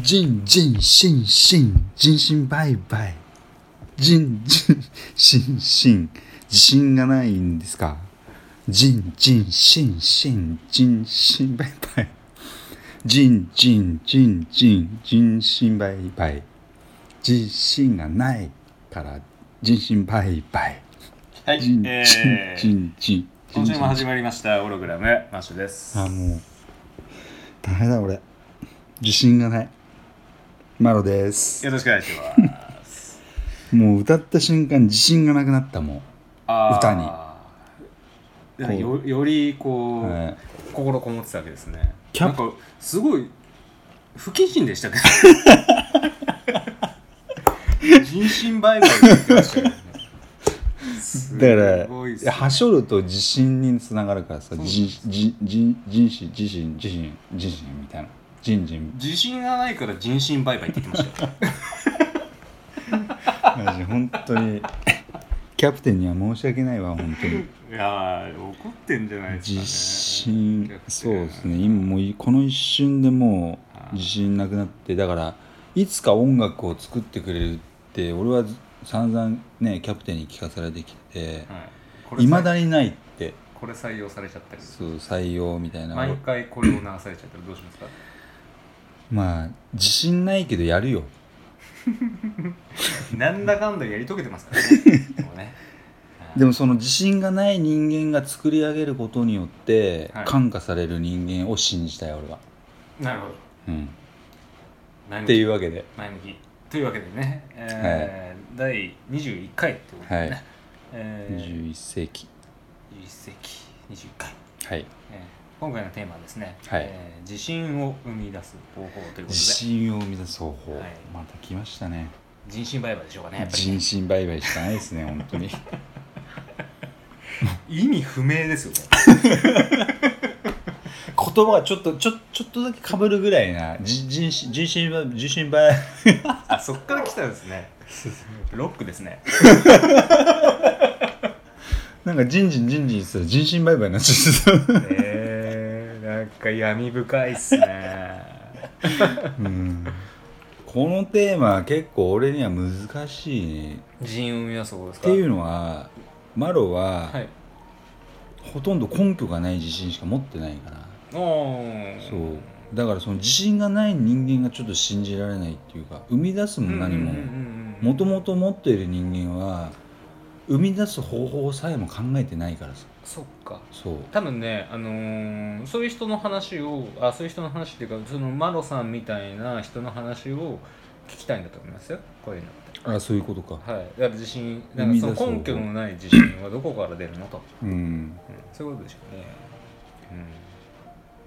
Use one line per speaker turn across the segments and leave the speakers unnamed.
ジンジンシンシン人身バイバイジンジンシンシン自信がないんですかジンジンシンシン人身バイバイジンジンジンジン人身バイバイ自信がないから人身バイバイ
はい、
ジン
え
ジンジ
ー、
ンジン
今週も始まりました、オログラム、マッシュです。
あもう大変だ俺自信がないマロです
よろしくお願いし ます。
もう歌った瞬間自信がなくなったも
あー
歌に
なんかよよりこ
ん、
う、
はい
心こもってたわけですね。
キャ
なんか、すごい、不謹慎でした けど。人身売買って言って ましたよね。
だか
すごいっす
らはしょると自信につながるからさ
そう
じじじ人心自信自信自信みたいな人人
自信がないから人身売買って言ってました よ。
マジ本当にキャプテンには申し訳ないわ本当に
いやー、怒ってんじゃないですか
自
ね。
信
逆転
そうですね今もういこの一瞬でも
は
う
い
自信なくなってだからいつか音楽を作ってくれるって俺は散々ねキャプテンに聞かされてきて
はい
いま
に
だにないって
これ採用されちゃったりする
そう採用みたいな
毎回これを流されちゃったらどう しますか
まあ自信ないけどやるよ
なんだかんだやり遂げてますから ねもうね
でもその自信がない人間が作り上げることによって
はい
感化される人間を信じたい俺は、
なるほど
うん、
前
っ
向
て
き
いうわけで
前向きというわけでね、えー第21回ってことでね、
はい
え
21世紀
ー、21世紀21回、
はい
えー今回のテーマはですね、
はい
えー自信を生み出す方法ということ
自
で
信を目指す方法、
はい
また来ましたね
人身売買でしょうかねやっぱり
人身売買しかないですね本当に
意味不明ですよね
言葉がちょっとちょちょっとだけかぶるぐらいなじ人身人身売人身売
あそっから来たんです ねロックですね
なんか人人人人する人身売買になっちゃってた
えー、なんか闇深いっすね
うんこのテーマ結構俺には難しいね
人運やそうです
っ
か
ていうのはマロは、
はい
ほとんど根拠がない自信しか持ってないから
おー
そうだからその自信がない人間がちょっと信じられないっていうか生み出す
う
も
ん
何も
うんうんうんうん
もともと持っている人間は生み出す方法さえも考えてないからさ
そっか
そう
多分ね、あのーそういう人の話をあそういう人の話っていうかそのマロさんみたいな人の話を聞きたいんだと思いますよこういうのって
あそういうことか
はいだから自信なんかそ
生
の
み
根
出す
拠のない自信はどこから出るのと、
うん
うんそういうことでしょうね、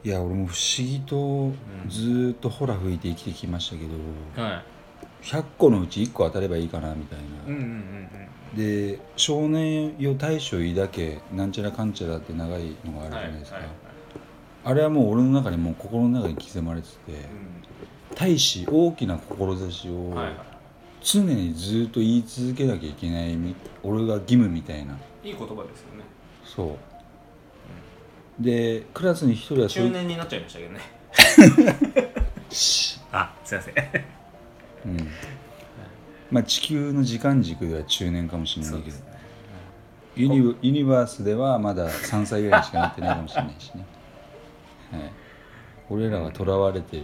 いや俺も不思議とずーっとほら吹いて生きてきましたけど
うん、はい
100個のうち1個当たればいいかなみたい
うん
な
うんうん
で少年よ大将いだけなんちゃらかんちゃらって長いのがあるじゃ
うんはい
な
はいい
ですか、
はい
あれはもう俺の中にもう心の中に刻まれてて大使大きな志を
うんはいは
常にずっと言い続けなきゃいけないみ俺が義務みたいない
いい言葉ですよね
そうでクラスに一人はそう
中
いう、
年になっちゃいましたけどね
し
あすいません
うんまあ、地球の時間軸では中年かもしれないけど、
ね
ユニブユニバースではまだ3歳ぐらいしかなってないかもしれないし ね、はい、俺らが囚われてる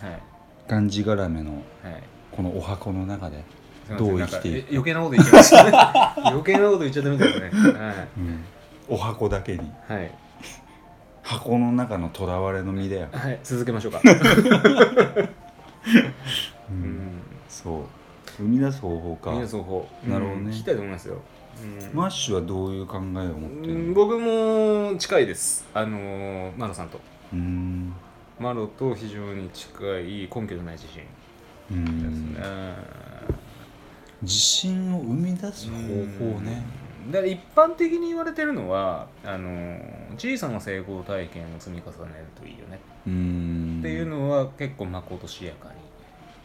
はい
がんじがらめの
はい
このお箱の中で、
すいません
どう生きていく
なんかえ余計なこと言っちゃいましたね 余計なこと言っちゃダメだよね
お箱だけに
はい、はい
箱の中の囚われの身だよ、
はい、続けましょうかうん
そう生み出す方法か
皆さん方
なるほどね
うん聞きたいと思いますよ、うん
マッシュはどういう考えを持って
う
る
ん
の
僕も近いですあのーマロさんと
うん
マロと非常に近い根拠のない自信
う
です
ん
ね、
自信を生み出す方法ね
うんだから一般的に言われてるのはあのー小さな成功体験を積み重ねるといいよね、
うん
っていうのは結構まことしやかに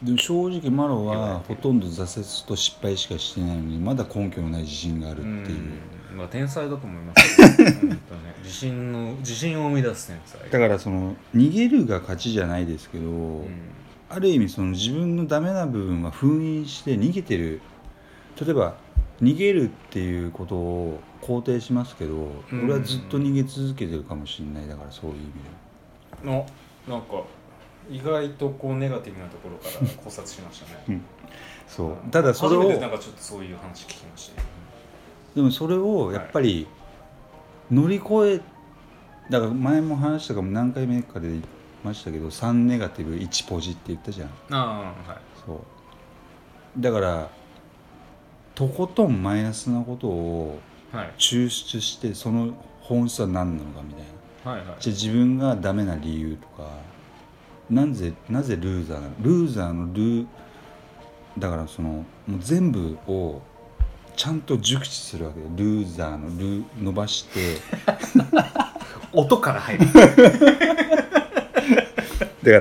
でも正直マロ
言わ
は
れ
ほ
て
とんど挫折と失敗しかしてないのにまだ根拠のない自信があるっていう、
うんまあ、天才だと思いま すよ、本当ね自信の自信を生み出す天才
だからその逃げるが勝ちじゃないですけど、
うん
ある意味その自分のダメな部分は封印して逃げてる例えば逃げるっていうことを肯定しますけど
うん
俺はずっと逃げ続けてるかもしれないだからそういう意味
のなんか意外とこうネガティブなところから考察しましたね
でそうただそれ
初
を
めてなんかちょっとそういう話聞きましたね
でもそれをやっぱり乗り越えだから前も話したかも何回目かで言いましたけど3ネガティブ1ポジって言ったじゃん
ああはい
そうだからとことんマイナスなことを
はい
抽出してその本質は何なのかみたいな
はいはい
じゃあ自分がダメな理由とかなぜなぜルーザーなのルーザーのルーだからそのもう全部をちゃんと熟知するわけでルーザーのルー伸ばして
音から入る
だか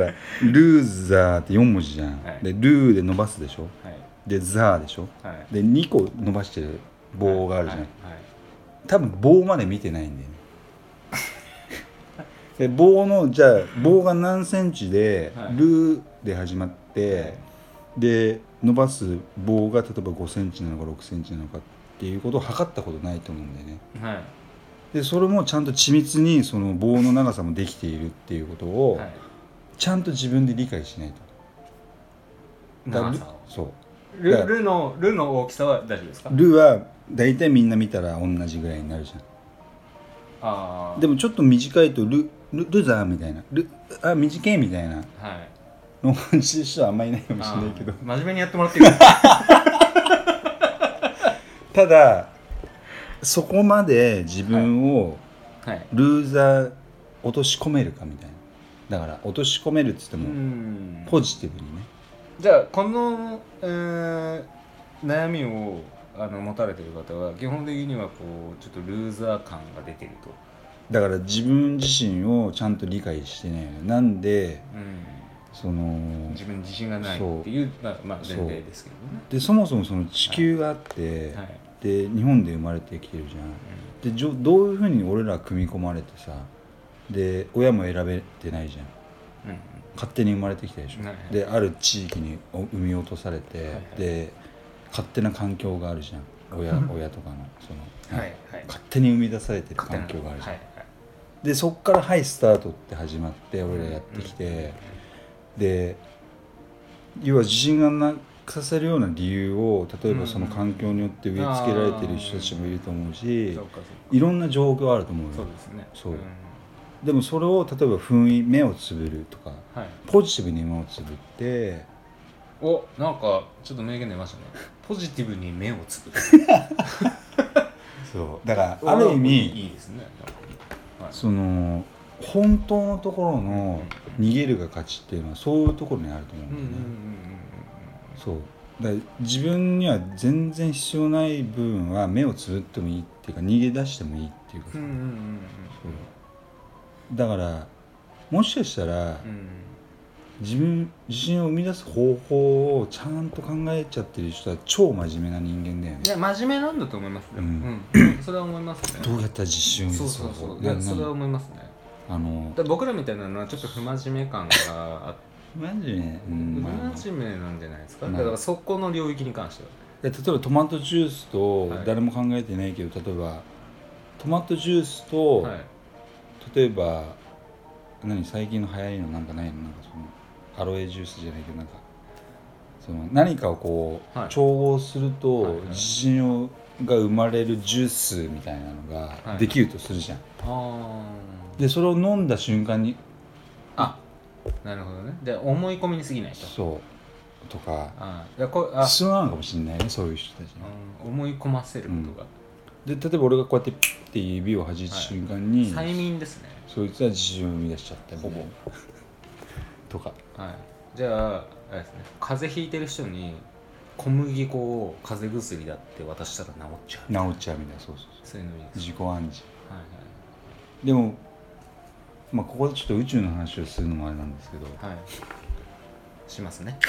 らルーザーって4文字じゃん、
はい
でルーで伸ばすでしょ
はい
でザーでしょ
はい
で2個伸ばしてる棒があるじゃん、
はいはい
多分棒まで見てない んだよねで棒のじゃあ棒が何センチで、
はい
ルーで始まって、で伸ばす棒が例えば5センチなのか6センチなのかっていうことを測ったことないと思うんだよね
はい
でそれもちゃんと緻密にその棒の長さもできているっていうことを
はい
ちゃんと自分で理解しないとだから
長さを
そうだか
ル
ら
ルのルの大きさは大丈夫ですか
ルーは大体みんな見たら同じぐらいになるじゃん
ああ
でもちょっと短いとルルルザーみたいなルあ短いみたいな
はい
の感じる人はあんまりいないかもしれないけど
あー真面目にやってもらっていいで すか
ただそこまで自分を
はい
ルーザー落とし込めるかみたいなだから落とし込めるっつって
う
も
ん
ポジティブにね
じゃあこの、えー悩みをあの持たれている方は基本的にはこうちょっとルーザー感が出てると、
だから自分自身をちゃんと理解してないよねなんで
うん、
その
自分に自信がない
そう
っていうまあまあ、前
そう
提ですけどね
でそもそもその地球があって、
はい、
で日本で生まれてきてるじゃんでじょどういうふうに俺ら組み込まれてさで親も選べてないじゃん
うんうん
勝手に生まれてきたでしょ、
はいはい
である地域にお産み落とされて、
いはい
で勝手な環境があるじゃん親親とかのその、
はいはい
勝手に生み出されてる環境があるじゃん、
はい
でそっから「はいスタート」って始まって俺らやってきて、で要は自信がなくさせるような理由を例えばその環境によって植え付けられてる人たちもいると思う
はい
し
そうかそうか
いろんな状況あると思うよ
そうですね
そうんでもそれを例えば封印目をつぶるとか
はい、
ポジティブに目をつぶって
おなんかちょっと名言出ましたねポジティブに目をつぶる
そうだからある意味
いいですねなんかはい
その本当のところの逃げるが勝ちっていうのはそういうところにあると思う
うんうんうん
んだよね、
うん
そうだから自分には全然必要ない部分は目をつぶってもいいっていうか逃げ出してもいいっていうか
う
さ、
んうんうんうん
そうだからもしかしたら
うんうん
自分自信を生み出す方法をちゃんと考えちゃってる人は超真面目な人間だよね
いや真面目なんだと思いますね、
う
うんそれは思いますね
どうやったら自信を生み
そう
出す
そ
方
う
法
そうい
いや
やそれは
何
思いますね
あの
だから僕らみたいなのはちょっと不真面目感があって
マジでね、う
不
んまあ
真面目なんじゃないですか、
まあ
だからそこの領域に関して
で
は
例えばトマトジュースと
はい
誰も考えてないけど、例えばトマトジュースと、
はい
例えば何最近の流行りのなんかないのなんかそのアロエジュースじゃないけどなんかその何かをこう、
はい
調合すると、
はいはい
自信をが生まれるジュースみたいなの
は
が
い
できるとするじゃん、
あ
でそれを飲んだ瞬間に
ああなるほどねで思い込みに過ぎないと
そうとか
ああいやこあ、
必要なのかもしれないねそういう人たちに、
うん、思い込ませることが、
で例えば俺がこうやってピッて指を弾いた瞬間に、
催眠ですね
そいつは自信を生み出しちゃったみたいなとか
はいじゃああれですね風邪ひいてる人に小麦粉を風邪薬だって渡したら治っちゃう
治っちゃうみたいなそうそう
そういうのいい
そう
です
自己暗示
はい
でも、まあ、ここでちょっと宇宙の話をするのもあれなんですけど
はいはいしますね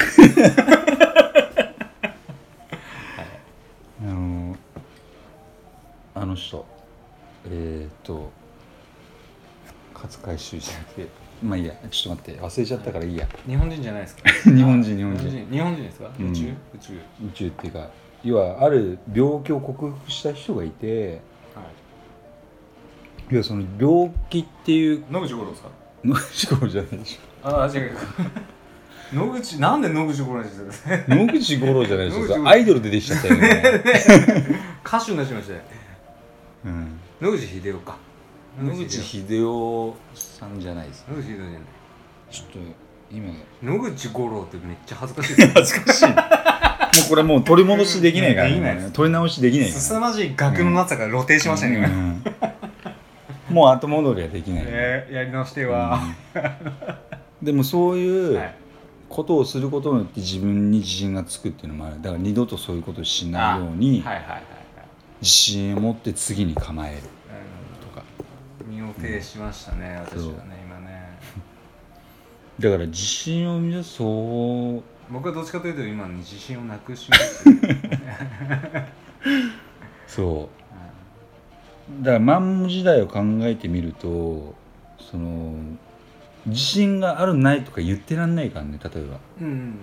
あのあの人えーっと勝海舟じゃなくてまあいいやちょっと待って忘れちゃったからいいや
日本人じゃないですか
日本人日本人
日本人ですか、
うん
宇宙宇宙
宇宙っていうか要はある病気を克服した人がいて
はい
要はその病気っていう
野口五郎ですか
の思考じゃないでしょ
ああ違 う野口なんで野口五郎にしてるんですか
野口五郎じゃないでし
野口五
ょ
郎
アイドル出てきちゃったよね、
歌手になっちゃいましたね
うん、
野口秀夫か
野口英世さんじゃないです
野口秀夫じゃない
ちょっと今
野口五郎ってめっちゃ恥ずかしいです ね
恥ずかしいもうこれもう取り戻しできないから、
できないです
取り直しできないから
凄まじい額のなさから露呈しましたね、今
うんうんもう後戻りはできない、
えーやり直しては、
でもそういう、
はい
ことをすることによって自分に自信がつくっていうのもあるだから二度とそういうことをしないように
はいはいはいはい
自信を持って次に構えるとか
身を挺しましたね、私はね今ね
だから自信を生み出すそう
僕はどっちかというと今自信をなくしましたね、
そうだから満文時代を考えてみるとその自信があるないとか言ってらんないからね例えば
うんうんうん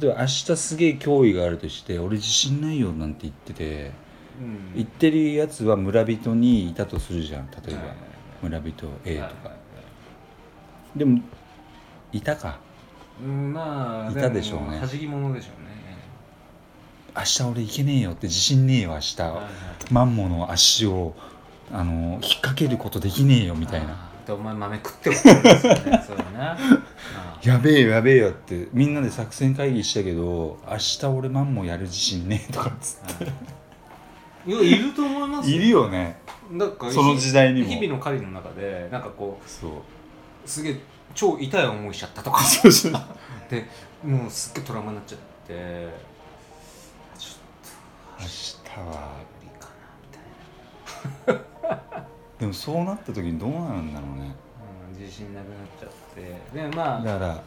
例えば明日すげえ脅威があるとして俺自信ないよなんて言ってて
うんうん
言ってるやつは村人にいたとするじゃん例えば
はいはい
村人 A と
はい
かでもいたか
うんまあ
いたでしょうね
も弾き物でしょうね
明日俺行けねえよって自信ねえよ明日、
はいはい
マンモの足をあの引っ掛けることできねえよみたいな
あーでお前豆食ってこと ですよねそれねあ
やべえよやべえよってみんなで作戦会議したけど明日俺マンモやる自信ねえとかっつっ
ーいやいると思いま
て
す
いるよね
なんか
その時代にも
日々の狩りの中でなんかこ
そう
うすげえ超痛い思いしちゃったとか
そうそう
でもうすっげえトラウマになっちゃってちょ
明日
っと
は
無理かなみたい
でもそうなった時にどうなるんだろうね
な、うん、自信なくなっちゃってでまあ
だから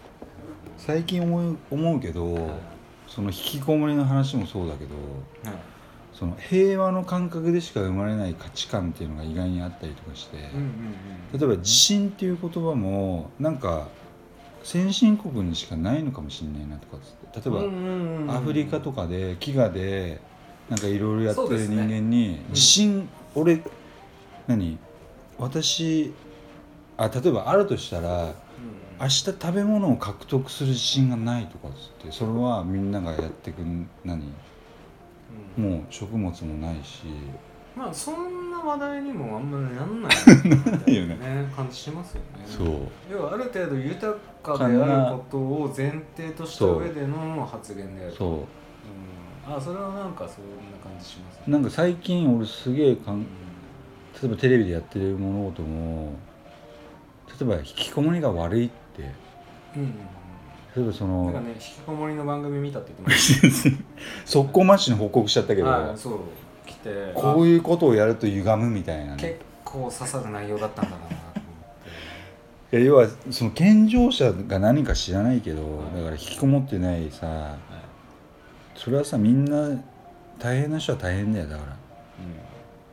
最近思う思うけ
うん
どその引きこもりの話もそうだけど
うん
その平和の感覚でしか生まれない価値観っていうのが意外にあったりとかして、
うんうん
例えば地震っていう言葉もなんか先進国にしかないのかもしれないなとかっつって
う
例
ん
え
うんうんうん
ばアフリカとかで飢餓でなんかいろいろやって
そうで
る
す
人
ね
間に
うん
地震俺何私あ例えばあるとしたら
うん
明日食べ物を獲得する自信がないとかっつってそれはみんながやってくん何
うん
もう食物もないし
まあそんな話題にもあんまりなんない
ないよね
感じしますよね
そう
要はある程度豊かであることを前提とした上での発言であるう、
そ
ん、あそれはなんかそんな感じしますね
うなんか最近俺すげえかん例えばテレビでやってる物事も例えば引きこもりが悪いって
うん、うん
例えばそ
うん
の
なんかね引きこもりの番組見たって言ってまし
速攻マッシュに報告しちゃったけ
た
ど、
はいそう来て
こう
い
いうことをやると歪むみたいなね
結構刺さる内容だったんだなと思って
いや要はその健常者が何か知らないけど
はい
だから引きこもってないさ
はい
それはさみんな大変な人は大変だよだから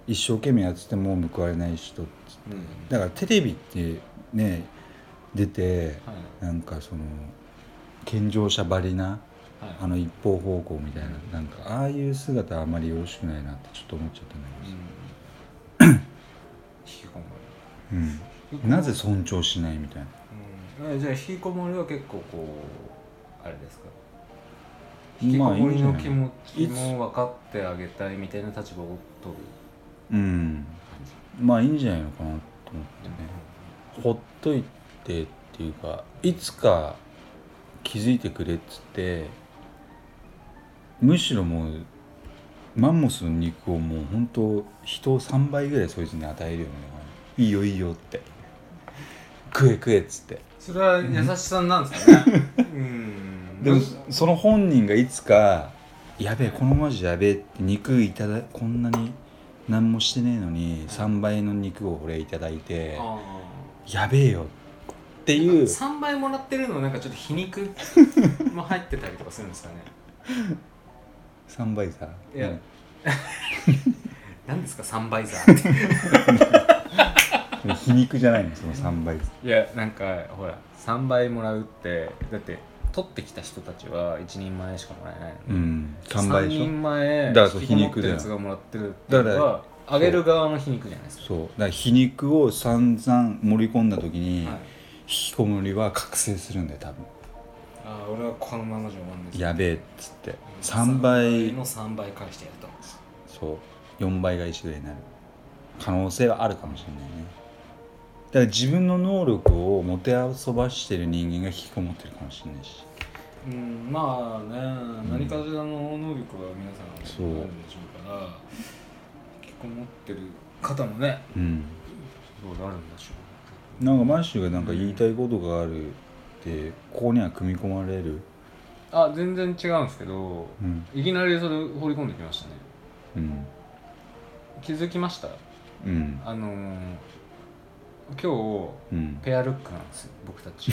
一生懸命やってても報われない人
うんうん
だからテレビってね出て
はい
なんかその健常者ばりな
はい
あの一方方向みたいななんかああいう姿はあまりよろしくないなってちょっと思っちゃったんだ
うん
け
引きこもり
ど、うん、なぜ尊重しないみたいな
うんえじゃあ引きこもりは結構こうあれですか引きこ
まあいい
も
ん
り
じゃ
の
ない
気持ち
いつ
も分かってあげたいみたいな立場を取る
うん
感じ、
まあいいんじゃないのかなと思って
うん
ねほっといてっていうかいつか気づいてくれっつってむしろもうマンモスの肉をもう本当人を3倍ぐらいそいつに与えるよねいいよいいよって食え食えっつって
それは優しさなんですか ねうん
でもその本人がいつか「やべえこのマジやべえ」って肉いただこんなに何もしてねえのに3倍の肉を俺いただいて
あ
「やべえよ」ってい
ー
う
3倍もらってるのなんかちょっと皮肉 も入ってたりとかするんですかね
3倍さ
いや
うん
何ですか3倍ザーって
皮肉じゃないのその3倍です
いやなんかほら3倍もらうってだって取ってきた人たちは1人前しかもらえないの
う
に、
ん3倍でし
3
ょ
人前
だからそう
引きこもってるやつがもらってるっていうの
だか
はあげる側の皮肉じゃないですか
そうだから皮肉を散々盛り込んだ時に、
はい
引きこもりは覚醒するんだよ多分
ああ俺はこのままじゃ終わんです
やべえっつって3倍
の3倍返してやると
そう4倍が1ぐらいになる可能性はあるかもしれないねだから自分の能力をもてあそばしてる人間が引きこもってるかもしれないし
うんまあね、
ん
何かしらの能力は皆さん
そ
あ
う
るんでしょうから引きこもってる方もね
うん
どうなるんでしょ
なんかマッシュがなんか言いたいことがあるってここには組み込まれる
うあ全然違うんですけど
うん
いきなりそれ放り込んできましたね
うん
気づきました
うん
あのー、今
うん
日ペアルックなんですよ僕たちち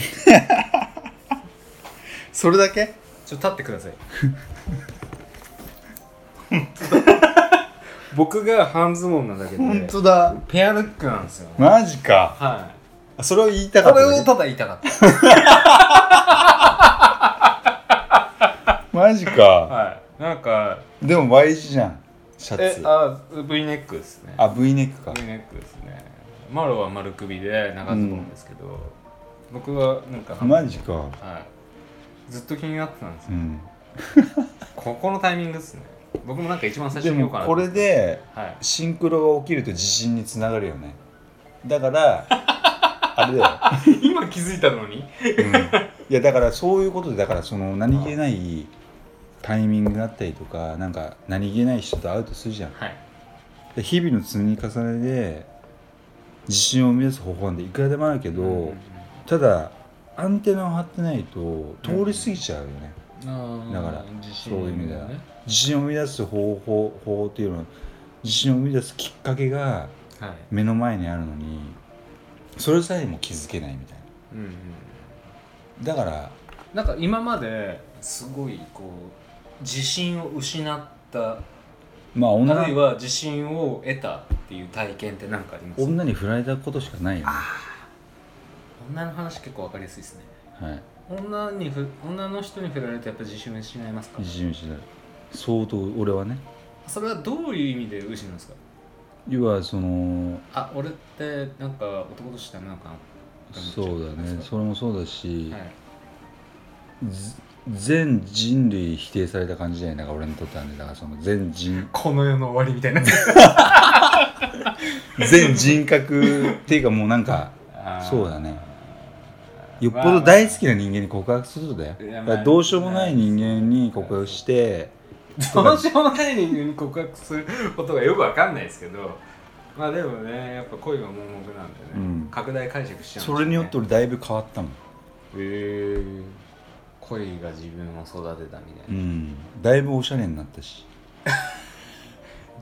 それだけ
ょっと立ってください僕が半ズボンなだけで
だ
ペアルックなんですよ、
マジか
はい
それを言いたかっ
こ
た
れ
だけ
をただ言いたかっ
マジ
た。
か
はい。なんか、
でも Y 字じゃんシャ
え
ツ、
あ、V ネックですね。
あ V ネックか
V ネックですね。マロは丸首で長ズボンですけど、僕はなんか、
マジか
はい。ずっと気になってたんです
う
よ。
ん
ここのタイミングですね。僕もなんか一番最
で
初に
も
言おうかな
これ、で
はい。
シンクロが起きると自信につながるよねだから あれだ
今気づいたのに。
よ、うんいやだからそういうことでだからその何気ないタイミングだったりとかなんか何気ない人と会うとするじゃん
はい。
で日々の積み重ねで自信を生み出す方法なんていくらでもあるけど、
うんうんうん
ただアンテナを張ってないと通り過ぎちゃうよね、
あー
だから
自信
そういう意味では
ね。
自信を生み出す方法法っていうのは自信を生み出すきっかけが
はい。
目の前にあるのにそれさえも気づけないみたい
うんうん。
なだから
なんか今まですごいこう自信を失った
まあ
あ
女
るい
に
は自信を得たっていう体験って何かあります
女に振られたことしかないよね、
女の話結構わかりやすいですね
はい、
女にふ女の人に振られてやっぱ自信を失いますか
自信を失う相当俺はね
それはどういう意味で失うんですか
要はその
あ俺ってなんか男としてはなんか
そうだ
そう
ね
ですか
それもそうだし、
はい
ず全人類否定された感じじゃないなんか俺にとってはねだからその全人
この世の終わりみたいな
全人格っていうかもうなんか そうだねよっぽど大好きな人間に告白するとだよ
いやまあ
だからどうしようもない人間に告白して
きどうしようもない人間に告白することがよくわかんないですけどまあでもねやっぱ恋は盲目なんでね、
うん
拡大解釈しちゃうんですよ
それによって俺だいぶ変わったもん
へえ恋が自分を育てたみたいうな、
んだいぶおしゃれになったし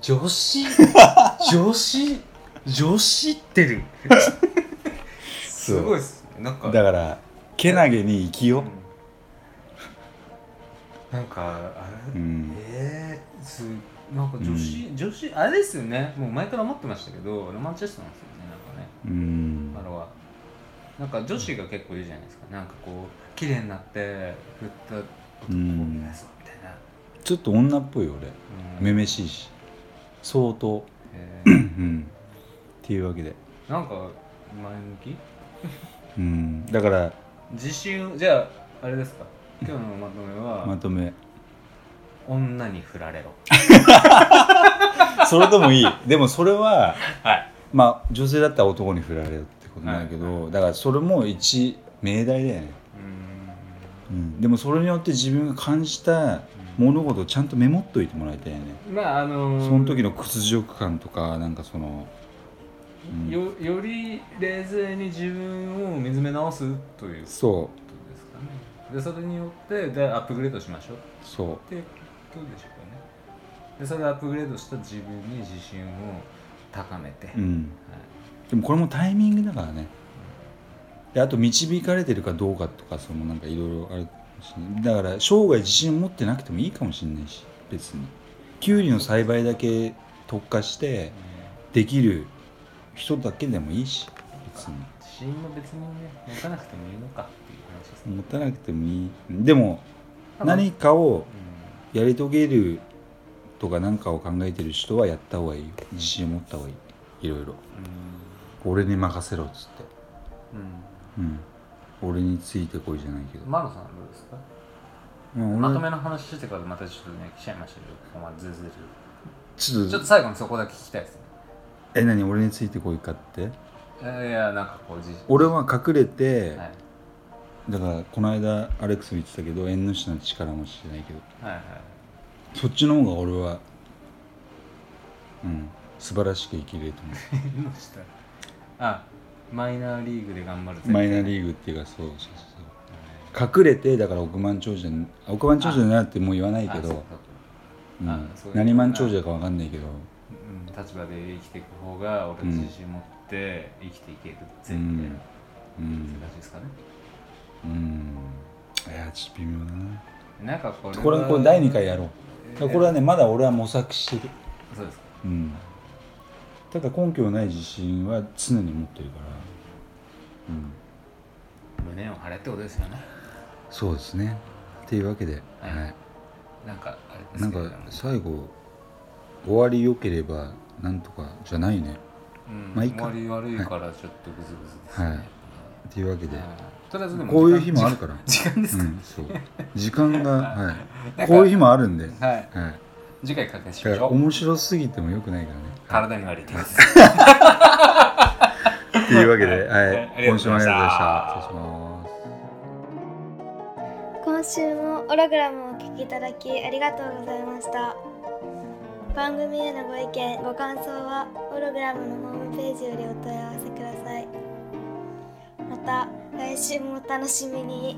女 子女子女子って るすごいっすねなんか
だからけなげに生きよ
うんなんかあ
う
れ、
ん
えー、すなんか女子、女子あれですよねもう前から思ってましたけどロマンチェストなんですよねなんかね
うん
マロはなんか女子が結構いいじゃないですかなんかこう綺麗になって振った男を見返そうみたいな、
ちょっと女っぽい俺
うん
めめしいし相当
えー
うんっていうわけで
なんか前向き
うんだから
自信をじゃああれですか今日のまとめは、
まとめ
女に振られろ
それでも いいでもそれは
はい
まあ女性だったら男に振られるってことなんだけど、だからそれも一命題だよね、
うーん
うん、でもそれによって自分が感じた物事をちゃんとメモっといてもらいたいよね、
まああのー
その時の屈辱感とかなんかそのうん
よより冷静に自分を見つめ直すというこ
そ
とですかねでそれによってでアップグレードしましょうっ
うそ
ていうことでしょうかねでそれでアップグレードした自分に自信を高めて、
う、うん、
はい
でもこれもタイミングだからねであと導かれてるかどうかとかそのなんかいろいろあるかもしれないだから生涯自信を持ってなくてもいいかもしれないし別にキュウリの栽培だけ特化してできる人だけでもいいし別に
死因も別にね持たなくてもいいのかっていう話ですね
持たなくてもいいでも
ただ
何かを
う
やり遂げるとか何かを考えてる人はやった方がいいよ自信を持った方がいいいろいろ
ん
俺に任せろっつって
うん
うん俺についてこいじゃないけど、
マロさんはどうですか
まあ俺
まとめの話してからまたちょっとね来ちゃいましたけどここまでずるずる
ちょっ
ちょ
と
っと最後にそこだけ聞きたいですね
え何俺についてこいかって
えーいやなんかこうじ
俺は隠れて、
はい
だからこの間アレックスも言ってたけど縁の下の力もしてないけど
はいはい
そっちの方が俺はうん素晴らしく生きれると思
縁の下 あマイナーリーグで頑張る
うマイナー
ー
リーグっていうかそうそうそう隠れてだから億万長者に億万長者になるってもう言わないけど、うん
あそういうこと
何万長者か分かんないけど
うん、立場で生きていく方が俺自信持って生きていける
う
ぜってい
ん
う
うん
感じですかね、
うんいやちょっと微妙だな
なんかこれ
これこれ第2回やろう
えー
だからこれはねまだ俺は模索してる
そうですか
うんただ根拠のない自信は常に持ってるからうん
胸を張れってことですよね
そうですねっていうわけで、
は
はいい
なんかあれ
な
です
ん
けれども
か最後終わり良ければなんとかじゃないね
うん、
まあいい
終
か
わり悪いからちょっとグズグズですね、
はいっていうわけで、
うんとりあえずでも
こういう日もあるから
時間時間です
う
か、
んそう時間がは
なんか
いこういう日もあるんで、はい、
はい
だ
次回確認し
か
まし
ら
ょう
面白すぎても良くないからね
体に悪いです
っていうわけで、は
はいあり
い、
がとうご
今
ざ
週
い
も
ま
あ
し
り
た
がとうございました。失礼します。
今週もオログラムをお聞きいただきありがとうございました番組へのご意見ご感想はオログラムのホームページよりお問い合わせくださいまた来週もお楽しみに